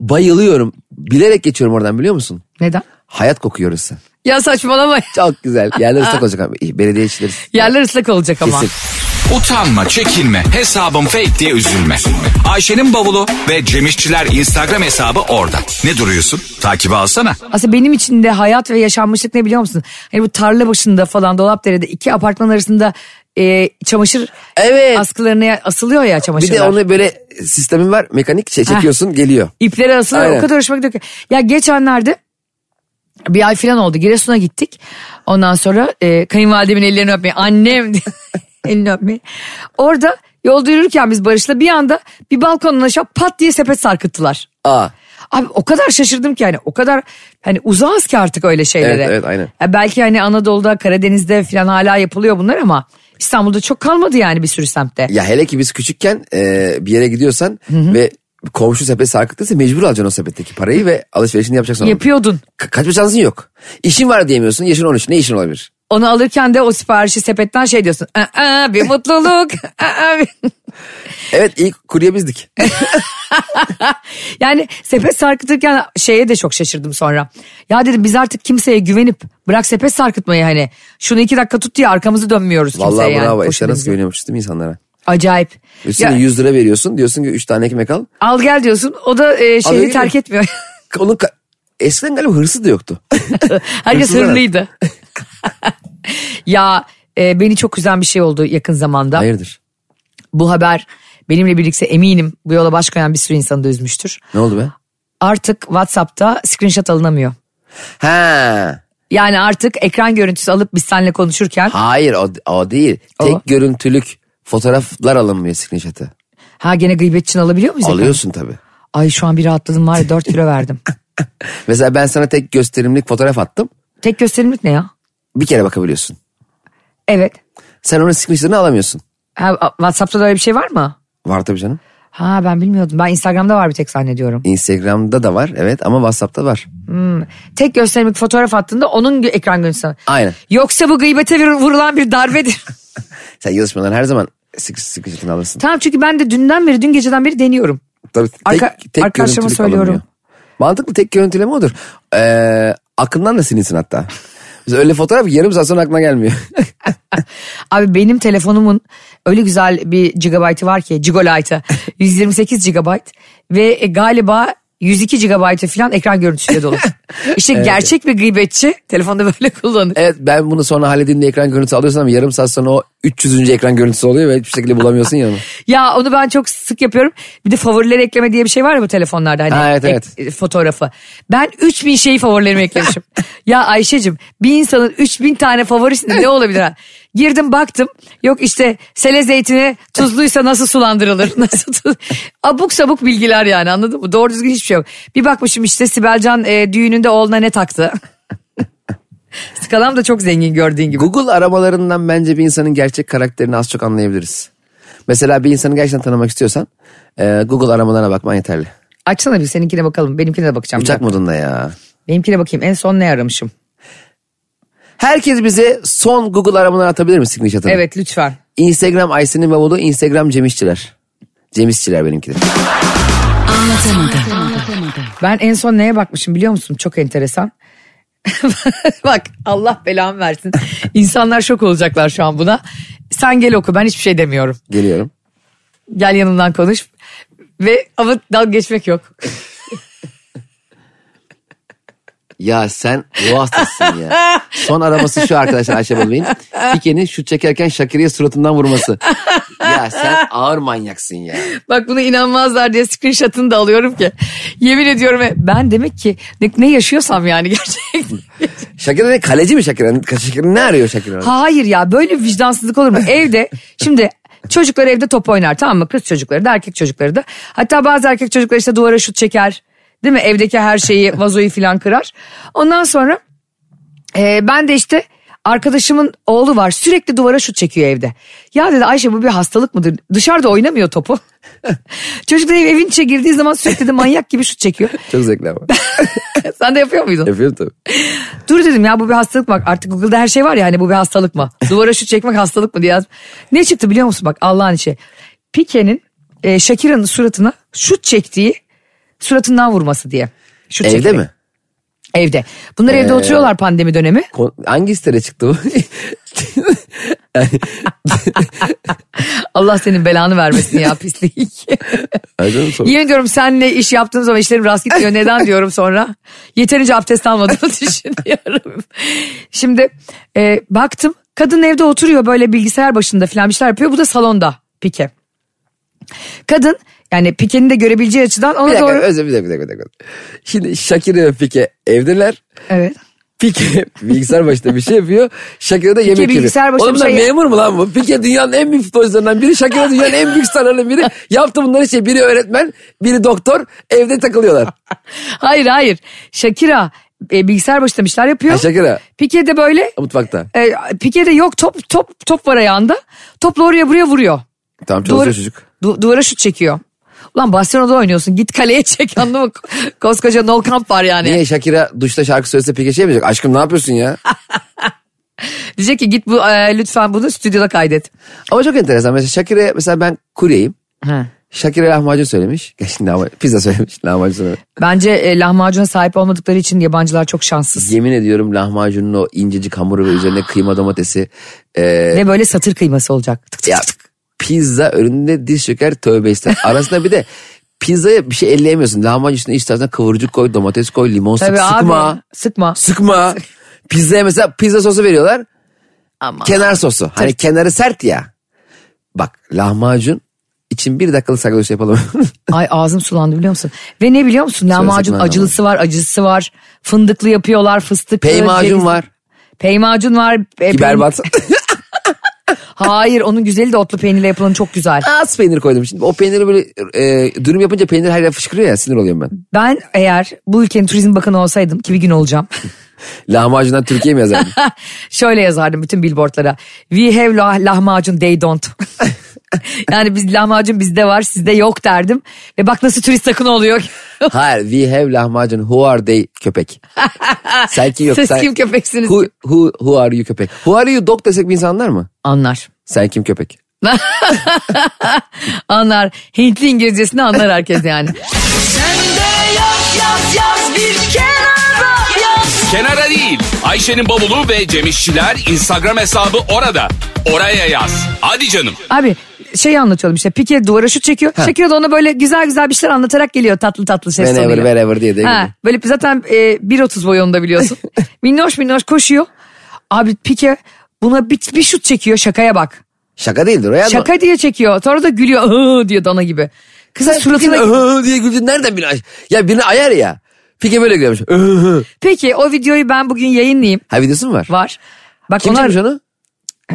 bayılıyorum. Bilerek geçiyorum oradan biliyor musun? Neden? Hayat kokuyor orası. Ya saçmalama. Çok güzel. Yerler ıslak olacak abi. İyi, Belediye işçileri. Yerler ıslak olacak ama. Kesin. Utanma, çekinme, hesabım fake diye üzülme. Ayşe'nin bavulu ve Cemişçiler Instagram hesabı orada. Ne duruyorsun? Takibi alsana. Aslında benim için de hayat ve yaşanmışlık ne biliyor musun? Hani bu tarla başında falan Dolapdere'de iki apartman arasında e, çamaşır Evet. askılarına asılıyor ya Bir çamaşırlar. de onun böyle sistemin var. Mekanik şey çekiyorsun geliyor. İpler arasında Aynen. o kadar hoşuma gidiyor ki. Ya geçenlerde bir ay falan oldu. Giresun'a gittik. Ondan sonra e, kayınvalidemin ellerini öpmeye. Annem diye elini öpmeye. Orada yolda yürürken biz Barış'la bir anda bir balkondan aşağı pat diye sepet sarkıttılar. Aa. Abi o kadar şaşırdım ki hani o kadar hani uzağız ki artık öyle şeylere. Evet, evet, aynen. Ya belki hani Anadolu'da Karadeniz'de falan hala yapılıyor bunlar ama İstanbul'da çok kalmadı yani bir sürü semtte. Ya hele ki biz küçükken e, bir yere gidiyorsan ve komşu sepeti sarkıttıysa mecbur alacaksın o sepetteki parayı ve alışverişini yapacaksın. Yapıyor. Yapıyordun. Kaçma şansın yok. İşin var diyemiyorsun. Yaşın 13. Ne işin olabilir? Onu alırken de o siparişi sepetten şey diyorsun. Aa, bir mutluluk. Aa, bir-" Evet ilk kurye bizdik. yani sepet sarkıtırken şeye de çok şaşırdım sonra. Ya dedim biz artık kimseye güvenip bırak sepet sarkıtmayı hani. Şunu iki dakika tut diye arkamızı dönmüyoruz kimseye Vallahi yani. bravo. Koşun İşte nasıl denize. güveniyormuşuz değil mi insanlara? Acayip. Üstüne Ya, 100 lira veriyorsun. Diyorsun ki 3 tane ekmek al. al gel diyorsun o da e, Alıyor şehri gidiyor. terk etmiyor. Onun ka- eskiden galiba hırsı da yoktu. Herkes Hırsızlar. hırlıydı. ya e, beni çok üzen bir şey oldu yakın zamanda. Hayırdır? Bu haber benimle birlikte eminim bu yola baş koyan bir sürü insanı da üzmüştür. Ne oldu be? Artık WhatsApp'ta screenshot alınamıyor. Ha. Yani artık ekran görüntüsü alıp biz seninle konuşurken ha, Hayır o, o değil. O. Tek görüntülük fotoğraflar alınmıyor screenshot'ı. gene gıybet için alabiliyor muyuz? efendim? Alıyorsun tabii. Ay şu an bir rahatladım var ya 4 kilo verdim. Mesela ben sana tek gösterimlik fotoğraf attım. Tek gösterimlik ne ya? Bir kere bakabiliyorsun. Evet. Sen onun screenshot'ını alamıyorsun. Ha, WhatsApp'ta da öyle bir şey var mı? Var tabii canım. Ha ben bilmiyordum. Ben Instagram'da var bir tek zannediyorum. Instagram'da da var evet ama WhatsApp'ta var. Tek gösterimlik fotoğraf attığında onun gö- ekran görüntüsü. Aynen. Yoksa bu gıybete vir- vurulan bir darbedir. Sen yazışmadan her zaman sc- screenshot'ını alırsın. tamam çünkü ben de dünden beri, dün geceden beri deniyorum. Tabii tek, Arka- tek arkadaşlarıma görüntülük söylüyorum. alınmıyor. Mantıklı tek görüntüleme odur. Ee, aklından da silinsin hatta. Biz öyle fotoğraf yarım saat sonra aklına gelmiyor. Abi benim telefonumun öyle güzel bir gigabyte'ı var ki gigolight'ı 128 gigabyte ve e, galiba 102 GB'ı falan ekran görüntüsüyle dolu. İşte gerçek bir gıybetçi telefonda böyle kullanır. evet ben bunu sonra halledeyim diye ekran görüntüsü alıyorsun ama yarım saat sonra o 300. ekran görüntüsü oluyor ve hiçbir şekilde bulamıyorsun ya onu. Ya onu ben çok sık yapıyorum. Bir de favorileri ekleme diye bir şey var ya bu telefonlarda hani Ha, evet, ek- e, fotoğrafı. Ben 3000 şeyi favorilerime eklemişim. ya Ayşe'cim bir insanın 3000 tane favorisi ne olabilir? ha? Girdim baktım. Yok işte sele zeytini tuzluysa nasıl sulandırılır? Nasıl tuz... Abuk sabuk bilgiler yani anladın mı? Doğru düzgün hiçbir şey yok. Bir bakmışım işte Sibelcan e, düğününde oğluna ne taktı? Skalam da çok zengin gördüğün gibi. Google aramalarından bence bir insanın gerçek karakterini az çok anlayabiliriz. Mesela bir insanı gerçekten tanımak istiyorsan e, Google aramalarına bakman yeterli. Açsana bir seninkine bakalım. Benimkine de bakacağım. Uçak modunda ya. Benimkine bakayım. En son ne aramışım? Herkes bize son Google aramalarını atabilir mi Signiş Atan'ı? Evet lütfen. Instagram Aysin'in babalı, Instagram Cemişçiler. Cemişçiler benimki de. Ben en son neye bakmışım biliyor musun? Çok enteresan. Bak Allah belamı versin. İnsanlar şok olacaklar şu an buna. Sen gel oku ben hiçbir şey demiyorum. Geliyorum. Gel yanımdan konuş. Ve ama dal geçmek yok. Ya sen ruh hastasısın ya. Son araması şu arkadaşlar Ayşe Balıbey'in. Pike'nin şut çekerken Şakir'e suratından vurması. Ya sen ağır manyaksın ya. Bak buna inanmazlar diye screenshot'ını da alıyorum ki. Yemin ediyorum ben demek ki ne, ne yaşıyorsam yani gerçekten. Şakir ne kaleci mi Şakir? Şakir ne arıyor Şakir? orada? Hayır ya böyle bir vicdansızlık olur mu? Evde şimdi çocuklar evde top oynar tamam mı? Kız çocukları da erkek çocukları da. Hatta bazı erkek çocuklar işte duvara şut çeker. Değil mi? Evdeki her şeyi vazoyu falan kırar. Ondan sonra e, ben de işte arkadaşımın oğlu var sürekli duvara şut çekiyor evde. Ya dedi Ayşe bu bir hastalık mıdır? Dışarıda oynamıyor topu. Çocuklar ev, evin içe girdiği zaman sürekli de manyak gibi şut çekiyor. Çok zevkli ama. Sen de yapıyor muydun? Yapıyorum tabii. Dur dedim ya bu bir hastalık mı? Artık Google'da her şey var ya hani bu bir hastalık mı? Duvara şu çekmek hastalık mı diye yaz. Ne çıktı biliyor musun bak Allah'ın işi. Pike'nin e, Shakira'nın suratına şut çektiği suratından vurması diye. Şut Evde çekerek. mi? Ee. Evde. Bunlar evde oturuyorlar pandemi dönemi. Ko- Hangi sitede çıktı bu? Allah senin belanı vermesin ya pislik. Ayrıca mı sor- Yemin ediyorum senle iş yaptığım zaman işlerim rast gitmiyor. Neden diyorum sonra. Yeterince abdest almadığımı düşünüyorum. Şimdi e, baktım kadın evde oturuyor böyle bilgisayar başında filan bir şeyler yapıyor. Bu da salonda pike. Kadın yani pikenin de görebileceği açıdan bir ona dakika, doğru. özür bir dakika, bir dakika, bir dakika. Şimdi Şakir ve Pike evdeler. Evet. Pike bilgisayar başında bir şey yapıyor. Şakir'e de yemek yiyor. bilgisayar başında Oğlum bir bunlar şey- memur mu lan bu? Pike dünyanın en büyük futbolcularından biri. Şakir'e dünyanın en büyük starlarından biri. Yaptı bunları şey. Biri öğretmen, biri doktor. Evde takılıyorlar. Hayır hayır. Shakira e, bilgisayar başında bir şeyler yapıyor. Ha, Shakira. Pike de böyle Mutfakta. e, Pike de yok top top top var ayağında. Topla oraya buraya vuruyor. Tamam çalışıyor Duvara, çocuk. du- duvara şut çekiyor. Ulan Barcelona'da oynuyorsun. Git kaleye çek anladın mı? Koskoca No Camp var yani. Niye Şakir'e duşta şarkı söylese Pike şey yapacak? Aşkım ne yapıyorsun ya? Diyecek ki git bu e, lütfen bunu stüdyoda kaydet. Ama çok enteresan. Mesela Şakir'e mesela ben kuryeyim. Şakir'e lahmacun söylemiş. Ya Şimdi lahmacun, pizza söylemiş. Lahmacun söylemiş. Bence e, lahmacuna sahip olmadıkları için yabancılar çok şanssız. Yemin ediyorum lahmacunun o incecik hamuru ve üzerine kıyma domatesi. Ee, Ve böyle satır kıyması olacak. Tık tık ya tık tık. pizza önünde diz çöker tövbe ister. Arasında bir de pizzaya bir şey elleyemiyorsun. Lahmacun üstüne istersen kıvırcık koy, domates koy, limon sık, Tabii abi. sıkma. Sıkma. Sıkma. Pizzaya mesela pizza sosu veriyorlar. Ama. Kenar sosu. Hani kenarı sert ya. Bak lahmacun için bir dakikalık saklıyorsa yapalım. Ay ağzım sulandı biliyor musun? Ve ne biliyor musun? Lahmacun ben de acılısı var, acısı var. Fındıklı yapıyorlar, fıstıklı. Peymacun cevizli. var. Peymacun var. E, Biberbat. Hayır onun güzeli de otlu peynirle yapılan çok güzel. Az peynir koydum. Şimdi o peyniri böyle e, dürüm yapınca peynir her yer fışkırıyor ya sinir oluyorum ben. Ben eğer bu ülkenin turizm bakanı olsaydım ki bir gün olacağım. Lahmacundan Türkiye mi yazardım? Şöyle yazardım bütün billboardlara. We have lah- lahmacun they don't. yani biz lahmacun bizde var sizde yok derdim. Ve bak nasıl turist akını oluyor. Hayır we have lahmacun who are they köpek. sen kim yok Siz sen. kim köpeksiniz? Who, who, who are you köpek. Who are you dog desek bir insanlar mı? Anlar. Sen kim köpek. Anlar. Hintli İngilizcesini anlar herkes yani. Kenara değil. Ayşe'nin bavulu ve Cemişçiler Instagram hesabı orada. Oraya yaz. Hadi canım. Abi şeyi anlatıyorum işte. Pike duvara şut çekiyor. Shakira da ona böyle güzel güzel bir şeyler anlatarak geliyor tatlı tatlı ses Whenever tonuyla. wherever diye de. Ha, böyle zaten e, 1.30 boyunda biliyorsun. minnoş minnoş koşuyor. Abi Pike buna bir, bir şut çekiyor şakaya bak. Şaka değildir o ya. Şaka diye çekiyor. Sonra da gülüyor "Hı" diyor dana gibi. Kızın suratına... diye güldün nereden birini ay- Ya birini ayar ya. Pike böyle gülüyormuş. Hı hı. Peki o videoyu ben bugün yayınlayayım. ha videosu mu var? Var. Bak Kim ona- çekmiş onu?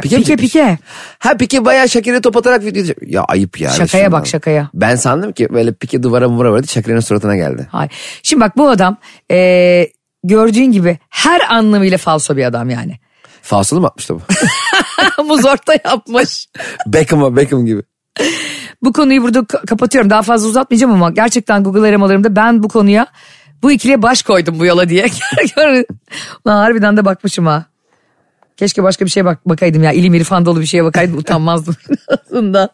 Pike mi Pike, çekmiş? pike. Ha pike bayağı Şakir'e top atarak video çek- Ya ayıp ya. Şakaya Resulullah. bak, şakaya. Ben sandım ki böyle pike duvara vura vardı Şakir'in suratına geldi. Hayır. Şimdi bak bu adam e, gördüğün gibi her anlamıyla falso bir adam yani. Fasılı mı atmıştı bu? bu zorta yapmış. Beckham'a Beckham gibi. Bu konuyu burada ka- kapatıyorum. Daha fazla uzatmayacağım ama gerçekten Google aramalarımda ben bu konuya bu ikiliye baş koydum bu yola diye. Lan harbiden de bakmışım ha. Keşke başka bir şeye bak bakaydım ya. İlim irfan dolu bir şeye bakaydım utanmazdım aslında.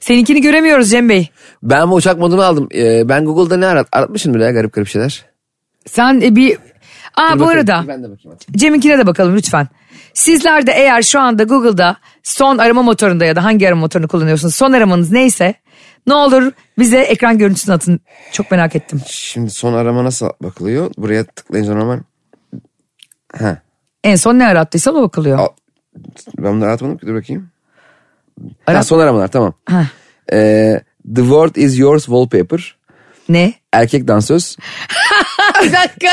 Seninkini göremiyoruz Cem Bey. Ben bu uçak modunu aldım. Ee, ben Google'da ne arat? Aratmışım bile ya garip garip şeyler. Sen e, bir... Aa bu Dur bakayım, arada. dur Ben de bakayım. Cem'inkine de bakalım lütfen. Sizler de eğer şu anda Google'da son arama motorunda ya da hangi arama motorunu kullanıyorsunuz son aramanız neyse ne olur bize ekran görüntüsünü atın. Çok merak ettim. Şimdi son arama nasıl bakılıyor? Buraya tıklayınca normal. Ha. En son ne arattıysa ona bakılıyor. Al. Ben bunları atmadım ki dur bakayım. Ara- Ha, son aramalar tamam. Ha. Ee, the world is yours wallpaper. Ne? Erkek dansöz. Bir dakika.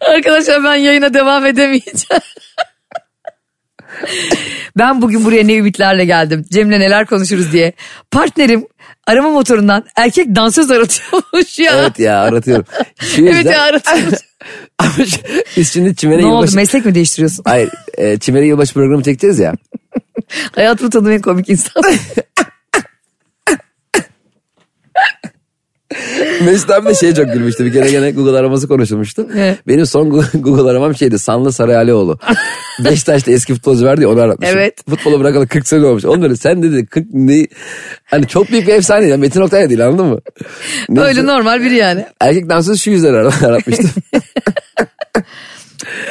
Arkadaşlar ben yayına devam edemeyeceğim. ben bugün buraya ne ümitlerle geldim. Cem'le neler konuşuruz diye. Partnerim arama motorundan erkek dansöz aratıyormuş ya. Evet ya aratıyorum. Şu Evet yüzden- ya aratıyormuş. Biz şimdi Çimen'e ne oldu yılbaşı... meslek mi değiştiriyorsun? Hayır e, Çimen'e yılbaşı programı çekeceğiz ya. Hayatımı tanıdığım en komik insan. Mesut abi de şey çok gülmüştü. Bir kere gene Google araması konuşulmuştu. Evet. Benim son Google- Google aramam şeydi. Sanlı Sarayalioğlu. Beşiktaş'ta eski futbolcu vardı ya onu aratmışım. Evet. Futbolu bırakalı 40 sene olmuş. Onu böyle sen dedi 40 ne? Hani çok büyük bir efsane. ya. Metin Oktay da değil anladın mı? Neyse. Öyle normal biri yani. Erkek dansöz şu yüzden ara- aratmıştım.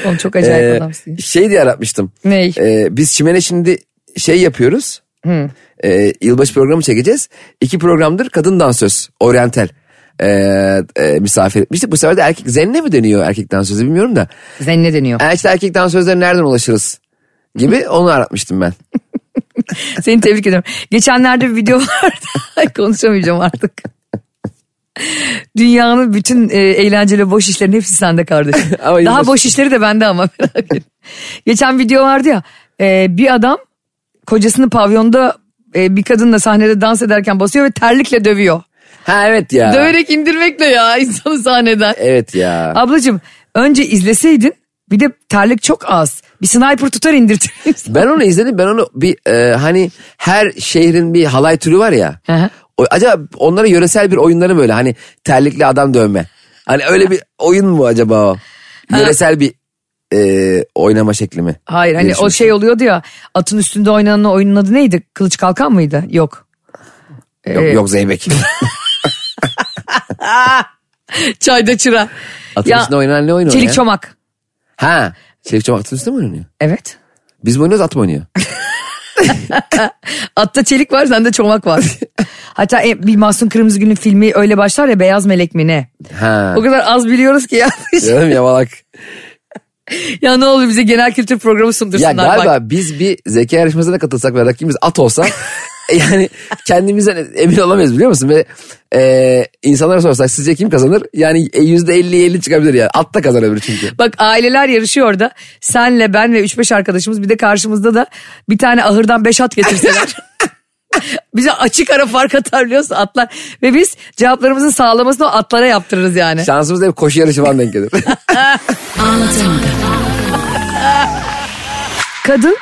Oğlum çok acayip Ee, adamsın. şey diye aratmıştım. Ney? Ee, biz Çimen'e şimdi şey yapıyoruz. Ee, yılbaşı programı çekeceğiz. İki programdır kadın dansöz. Oriental. Ee, e, misafir etmiştik. Bu sefer de erkek zenne mi deniyor erkek dansözü bilmiyorum da. Sen ne deniyor? Ee, işte erkek dansözlerine nereden ulaşırız? Gibi onu aratmıştım ben. Seni tebrik ediyorum. Geçenlerde bir video vardı. Ay, Konuşamayacağım artık. Dünyanın bütün e, eğlenceli boş işlerin hepsi sende kardeşim. Ama Daha yılbaşı- boş işleri de bende ama merak etme. Geçen video vardı ya. e, bir adam kocasını pavyonda e, bir kadınla sahnede dans ederken basıyor ve terlikle dövüyor. Ha evet ya. Döverek indirmekle ya insanı sahneden. Evet ya. Ablacığım önce izleseydin bir de terlik çok az. Bir sniper tutar indirtir. Ben onu izledim. Ben onu bir e, hani her şehrin bir halay türü var ya. Hı hı. O, acaba onlara yöresel bir oyunları böyle hani terlikli adam dövme. Hani öyle bir oyun mu acaba o? Yöresel bir e, oynama şekli mi? Hayır hani o Yarışmış. şey oluyordu ya atın üstünde oynanan o oyunun adı neydi? Kılıç Kalkan mıydı? Yok. Yok, Ee, yok Zeybek. Çayda çıra. Atın Ya, üstünde oynanan ne oyunu o Çelik ya? çomak. Ha. Çelik çomak atın üstünde mi oynanıyor? Evet. Biz mi oynuyoruz at mı oynuyor? Atta çelik var sende çomak var. Hatta e, bir Mahsun Kırmızı Gül'ün filmi öyle başlar ya Beyaz Melek mi ne? Ha. O kadar az biliyoruz ki ya. Canım ya balak. ya ne olur bize genel kültür programı Ya sundursunlar galiba bak. biz bir zeka yarışmasına da katılsak ve rakibimiz at olsa e, yani kendimizden emin olamayız biliyor musun? Ve e, insanlara sorsak sizce kim kazanır? Yani e, yüzde elli elli çıkabilir yani. At da kazanabilir çünkü. Bak aileler yarışıyor orada. Senle ben ve 3-5 arkadaşımız bir de karşımızda da bir tane ahırdan 5 at getirseler. Bize açık ara fark atar biliyorsun atlar. Ve biz cevaplarımızın sağlamasını o atlara yaptırırız yani. Şansımız da hep koşu yarışı falan denk gelir. Kadın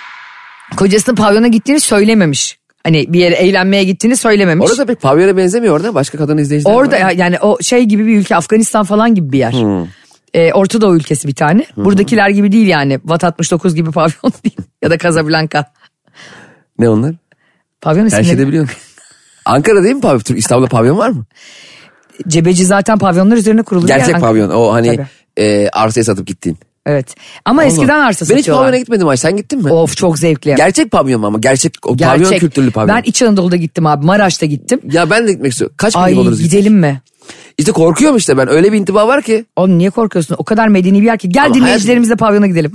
kocasının pavyona gittiğini söylememiş. Hani bir yere eğlenmeye gittiğini söylememiş. Orada pek pavyona benzemiyor orada. Başka kadın izleyiciler Orada var. ya- yani o şey gibi bir ülke Afganistan falan gibi bir yer. Hmm. Ee, Orta Doğu ülkesi bir tane. Buradakiler gibi değil yani. Vat 69 gibi pavyon değil. ya da Casablanca. Ne onlar? Pavyon Her şeyi isimleri. de biliyorsun. Ankara değil mi pavyon? Türk- İstanbul'da pavyon var mı? Cebeci zaten pavyonlar üzerine kurulu. bir yer. Gerçek Ankara- pavyon. O hani Tabii. e, arsaya satıp gittiğin. Evet. Ama eskiden arsa Ben hiç pavyona satıyorlar. gitmedim Ay. Sen gittin mi? Of çok zevkli. Gerçek pavyon mu ama? Gerçek, o Gerçek. pavyon kültürlü pavyon. Ben İç Anadolu'da gittim abi. Maraş'ta gittim. Ya ben de gitmek istiyorum. Kaç Ay milyon oluruz? gidelim mi? İşte korkuyorum işte ben. Öyle bir intiba var ki. Oğlum niye korkuyorsun? O kadar medeni bir yer ki. Gel Ama dinleyicilerimizle pavyona gidelim.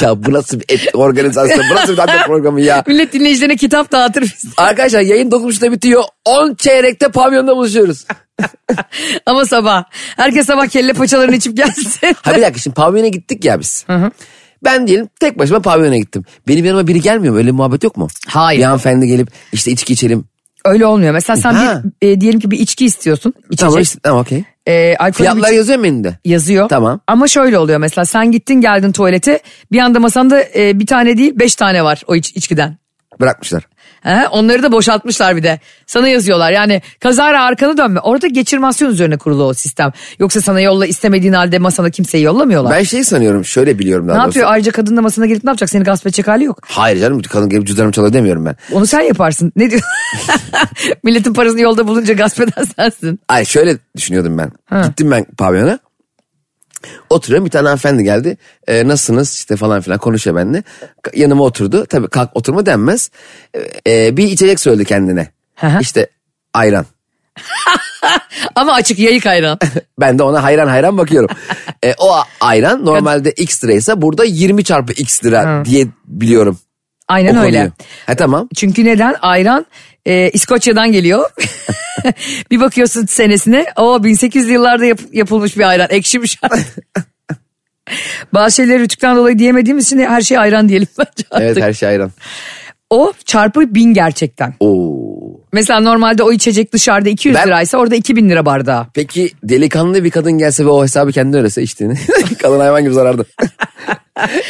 ya bu nasıl bir et organizasyon? Bu nasıl bir radyo programı ya? Millet dinleyicilerine kitap dağıtır biz. Arkadaşlar yayın 9.30'da bitiyor. 10 çeyrekte pavyonda buluşuyoruz. Ama sabah. Herkes sabah kelle paçalarını içip gelsin. Ha bir dakika şimdi pavyona gittik ya biz. Ben diyelim tek başıma pavyona gittim. Benim yanıma biri gelmiyor mu? Öyle bir muhabbet yok mu? Hayır. Bir hanımefendi gelip işte içki içelim. Öyle olmuyor. Mesela sen Ha. bir, e, diyelim ki bir içki istiyorsun. İçecek. Tamam işte tamam okey. E, alkolün Fiyatlar iç- yazıyor mu elinde? yazıyor. Tamam. Ama şöyle oluyor mesela sen gittin geldin tuvalete bir anda masanda e, bir tane değil beş tane var o iç, içkiden. Bırakmışlar. He, onları da boşaltmışlar bir de. Sana yazıyorlar yani kazara arkanı dönme. Orada geçirmasyon üzerine kurulu o sistem. Yoksa sana yolla istemediğin halde masana kimseyi yollamıyorlar. Ben şey sanıyorum şöyle biliyorum daha ne doğrusu. yapıyor ayrıca kadın da masana gelip ne yapacak seni gasp edecek hali yok. Hayır canım kadın gelip cüzdanımı çalıyor demiyorum ben. Onu sen yaparsın. Ne diyor? Milletin parasını yolda bulunca gasp eden sensin. Ay şöyle düşünüyordum ben. Gittim ben pavyona. Oturuyorum bir tane hanımefendi geldi. Ee, nasılsınız işte falan filan konuşuyor benimle. Ka- Yanıma oturdu. Tabii kalk oturma denmez. Ee, bir içecek söyledi kendine. Hı hı. işte ayran. Ama açık yayık ayran. Ben de ona hayran hayran bakıyorum. Ee, o a- ayran normalde x liraysa burada 20 çarpı x lira diye biliyorum. o Aynen öyle. konuyu. Ha tamam. Çünkü neden? Ayran e, İskoçya'dan geliyor. bir bakıyorsun senesine. O 1800'lü yıllarda yap- yapılmış bir ayran. Ekşimiş. Bazı şeyleri rütükten dolayı diyemediğimiz için her şey ayran diyelim bence artık. Evet her şey ayran. O çarpı bin gerçekten. Oo. Mesela normalde o içecek dışarıda 200 Ben- liraysa orada 2000 lira bardağı. Peki delikanlı bir kadın gelse ve o hesabı kendi ödese içtiğini. kadın hayvan gibi zarardı. İçiyor,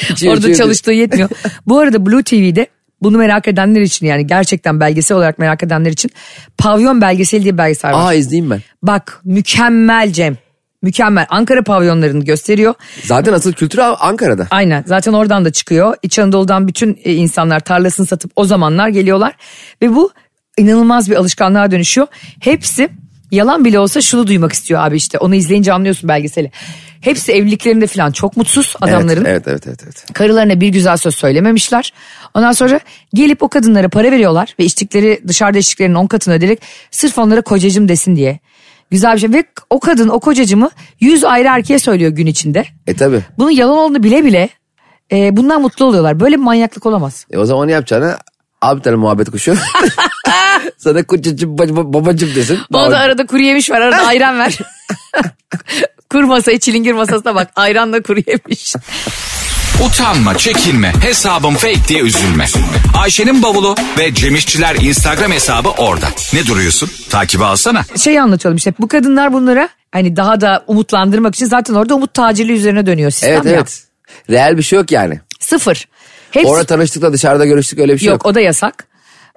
Orada içiyor, içiyor. çalıştığı yetmiyor. Bu arada Blue TV'de bunu merak edenler için yani gerçekten belgesel olarak merak edenler için Pavyon belgeseli diye bir belgesel var. Aa izleyeyim ben. Bak mükemmel Cem. Mükemmel. Ankara pavyonlarını gösteriyor. Zaten asıl kültür An- Ankara'da. Aynen zaten oradan da çıkıyor. İç Anadolu'dan bütün e, insanlar tarlasını satıp o zamanlar geliyorlar. Ve bu inanılmaz bir alışkanlığa dönüşüyor. Hepsi yalan bile olsa şunu duymak istiyor abi işte. Onu izleyince anlıyorsun belgeseli. Hepsi evliliklerinde falan çok mutsuz adamların. Evet, evet evet evet. evet. Karılarına bir güzel söz söylememişler. Ondan sonra gelip o kadınlara para veriyorlar ve içtikleri dışarıda içtiklerinin on katını öderek sırf onlara kocacım desin diye. Güzel bir şey ve o kadın o kocacımı yüz ayrı erkeğe söylüyor gün içinde. E tabi. Bunun yalan olduğunu bile bile e, bundan mutlu oluyorlar. Böyle bir manyaklık olamaz. E, o zaman onu yapacağına abi bir tane muhabbet kuşu. Sana kucacım bacım, babacım desin. Bana da arada kuru yemiş var arada ayran ver. kur masayı çilingir masasına bak ayranla kuru yemiş. Utanma, çekinme, hesabım fake diye üzülme. Ayşe'nin bavulu ve Cemişçiler Instagram hesabı orada. Ne duruyorsun? Takibi alsana. Şey anlatıyorum işte bu kadınlar bunlara hani daha da umutlandırmak için zaten orada umut tacirliği üzerine dönüyor sistem Evet ya. evet. Real bir şey yok yani. Sıfır. Hepsi Orada tanıştık da dışarıda görüştük öyle bir şey yok, yok. o da yasak.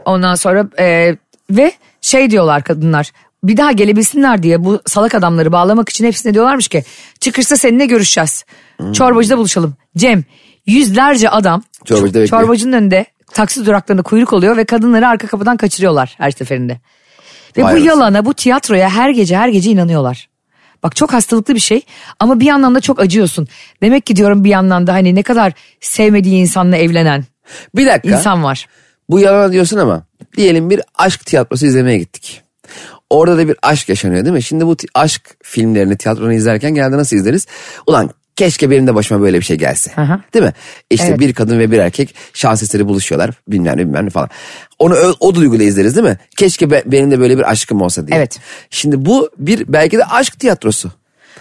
Ondan sonra e, ve şey diyorlar kadınlar bir daha gelebilsinler diye bu salak adamları bağlamak için hepsine diyorlarmış ki çıkışta seninle görüşeceğiz. Hmm. Çorbacıda buluşalım. Cem yüzlerce adam Çorbacıda ço- bekliyor. çorbacının önünde taksi duraklarında kuyruk oluyor ve kadınları arka kapıdan kaçırıyorlar her seferinde. Ve Vay bu anasını. yalana bu tiyatroya her gece her gece inanıyorlar. Bak çok hastalıklı bir şey ama bir yandan da çok acıyorsun. Demek ki diyorum bir yandan da hani ne kadar sevmediği insanla evlenen Bir dakika. insan var. Bu yalan diyorsun ama diyelim bir aşk tiyatrosu izlemeye gittik. Orada da bir aşk yaşanıyor değil mi? Şimdi bu ti- aşk filmlerini, tiyatronu izlerken genelde nasıl izleriz? Ulan keşke benim de başıma böyle bir şey gelse. hı. Değil mi? İşte Evet. bir kadın ve bir erkek şans eseri buluşuyorlar bilmem ne bilmem ne falan. Onu ö- o duyguyla izleriz değil mi? Keşke be- benim de böyle bir aşkım olsa diye. Evet. Şimdi bu bir belki de aşk tiyatrosu.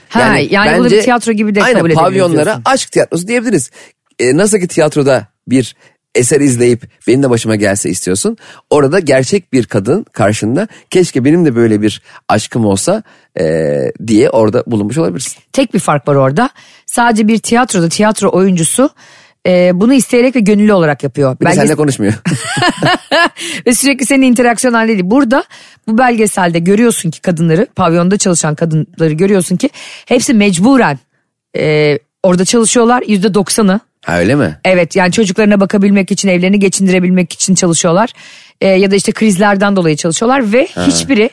Ha, yani bunu bir tiyatro gibi de aynen, kabul edebiliriz pavyonlara diyorsun. aşk tiyatrosu diyebiliriz. E, nasıl ki tiyatroda bir eser izleyip benim de başıma gelse istiyorsun. Orada gerçek bir kadın karşında keşke benim de böyle bir aşkım olsa e, diye orada bulunmuş olabilirsin. Tek bir fark var orada. Sadece bir tiyatroda tiyatro oyuncusu e, bunu isteyerek ve gönüllü olarak yapıyor. Bir de Belges- seninle konuşmuyor. ve sürekli senin interaksiyon halinde değil. Burada bu belgeselde görüyorsun ki kadınları, pavyonda çalışan kadınları görüyorsun ki hepsi mecburen e, orada çalışıyorlar. Yüzde doksanı ha öyle mi? Evet yani çocuklarına bakabilmek için evlerini geçindirebilmek için çalışıyorlar. Ee, ya da işte krizlerden dolayı çalışıyorlar ve hiçbiri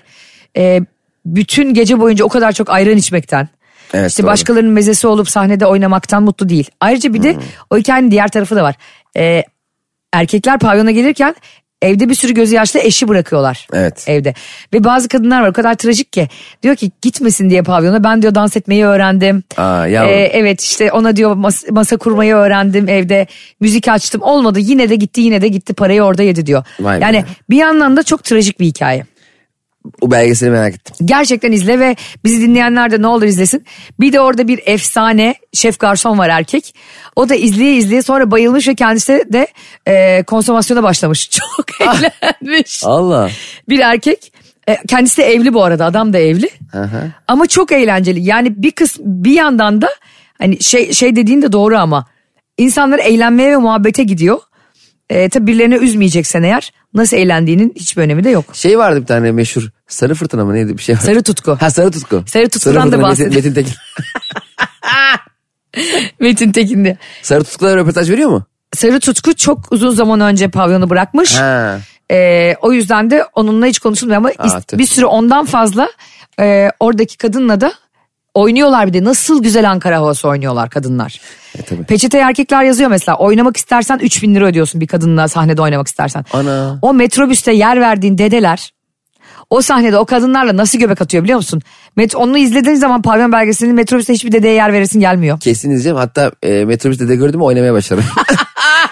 e, bütün gece boyunca o kadar çok ayran içmekten. Evet, işte doğru. başkalarının mezesi olup sahnede oynamaktan mutlu değil. Ayrıca bir Hmm. de o hikayenin diğer tarafı da var. Ee, erkekler pavyona gelirken evde bir sürü gözü yaşlı eşi bırakıyorlar. Evet. Evde. Ve bazı kadınlar var o kadar trajik ki. Diyor ki gitmesin diye pavyona ben diyor dans etmeyi öğrendim. Aa, yavrum. Ee, evet işte ona diyor mas- masa kurmayı öğrendim evde müzik açtım olmadı yine de gitti yine de gitti parayı orada yedi diyor. Vay be. yani bir yandan da çok trajik bir hikaye. o belgeseli merak ettim. Gerçekten izle ve bizi dinleyenler de ne olur izlesin. Bir de orada bir efsane şef garson var erkek. O da izleye izleye sonra bayılmış ve kendisi de e, konsomasyona başlamış. Çok eğlenmiş. Allah. Bir erkek. E, Kendisi de evli bu arada adam da evli. Ama çok eğlenceli. Yani bir kıs bir yandan da hani şey şey dediğin de doğru ama insanlar eğlenmeye ve muhabbete gidiyor. E, tabii birilerini üzmeyeceksen eğer nasıl eğlendiğinin hiçbir önemi de yok. Şey vardı bir tane meşhur sarı fırtına mı neydi bir şey var. Sarı tutku. Ha sarı tutku. Sarı tutkudan da Fırtına, bahsedeyim. Metin, Metin Tekin. Metin Tekin diye. Sarı tutkulara röportaj veriyor mu? Sarı Tutku çok uzun zaman önce pavyonu bırakmış. Ha. Ee, o yüzden de onunla hiç konuşulmuyor ama Aa, is- tüh. bir sürü ondan fazla e, oradaki kadınla da oynuyorlar bir de. Nasıl güzel Ankara havası oynuyorlar kadınlar. E, tabii. Peçeteye erkekler yazıyor mesela. Oynamak istersen 3000 lira ödüyorsun bir kadınla sahnede oynamak istersen. Ana. O metrobüste yer verdiğin dedeler o sahnede o kadınlarla nasıl göbek atıyor biliyor musun? Met onu izlediğin zaman pavyon belgeselini metrobüste hiçbir dedeye yer veresin gelmiyor. Kesin izleyeceğim. Hatta e, metrobüste de gördüm oynamaya başladım.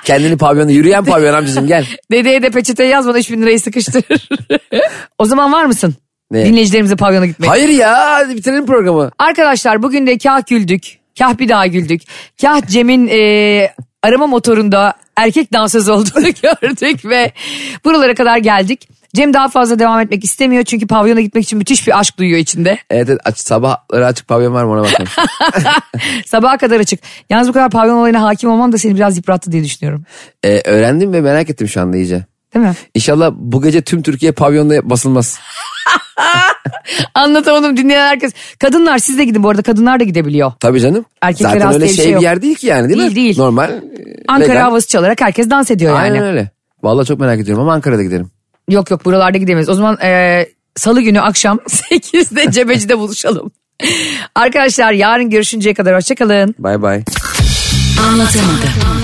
Kendini pavyonda yürüyen pavyon amcacığım gel. Dedeye de peçeteye yazmadan 3000 lirayı sıkıştır. o zaman var mısın? Ne? Dinleyicilerimize pavyona gitmeye. Hayır ya hadi bitirelim programı. Arkadaşlar bugün de kah güldük. Kah bir daha güldük. Kah Cem'in e, arama motorunda erkek dansöz olduğunu gördük ve buralara kadar geldik. Cem daha fazla devam etmek istemiyor çünkü pavyona gitmek için müthiş bir aşk duyuyor içinde. Evet, evet aç, sabahları açık pavyon var mı ona bakalım. Sabaha kadar açık. Yalnız bu kadar pavyon olayına hakim olmam da seni biraz yıprattı diye düşünüyorum. E, öğrendim ve merak ettim şu anda iyice. Değil mi? İnşallah bu gece tüm Türkiye pavyonda basılmaz. Anlatamadım dinleyen herkes. Kadınlar siz de gidin bu arada kadınlar da gidebiliyor. Tabii canım. Erkeklere Zaten has öyle diye bir şey şey bir yok. yer değil ki yani değil, mi? Değil, değil. Normal. e, Ankara legal. havası çalarak herkes dans ediyor yani. Aynen öyle. Vallahi çok merak ediyorum ama Ankara'da gidelim. Yok yok buralarda gidemeyiz. O zaman e, salı günü akşam 8'de Cebeci'de buluşalım. Arkadaşlar yarın görüşünceye kadar hoşçakalın. Bay bay. Anlatamadım.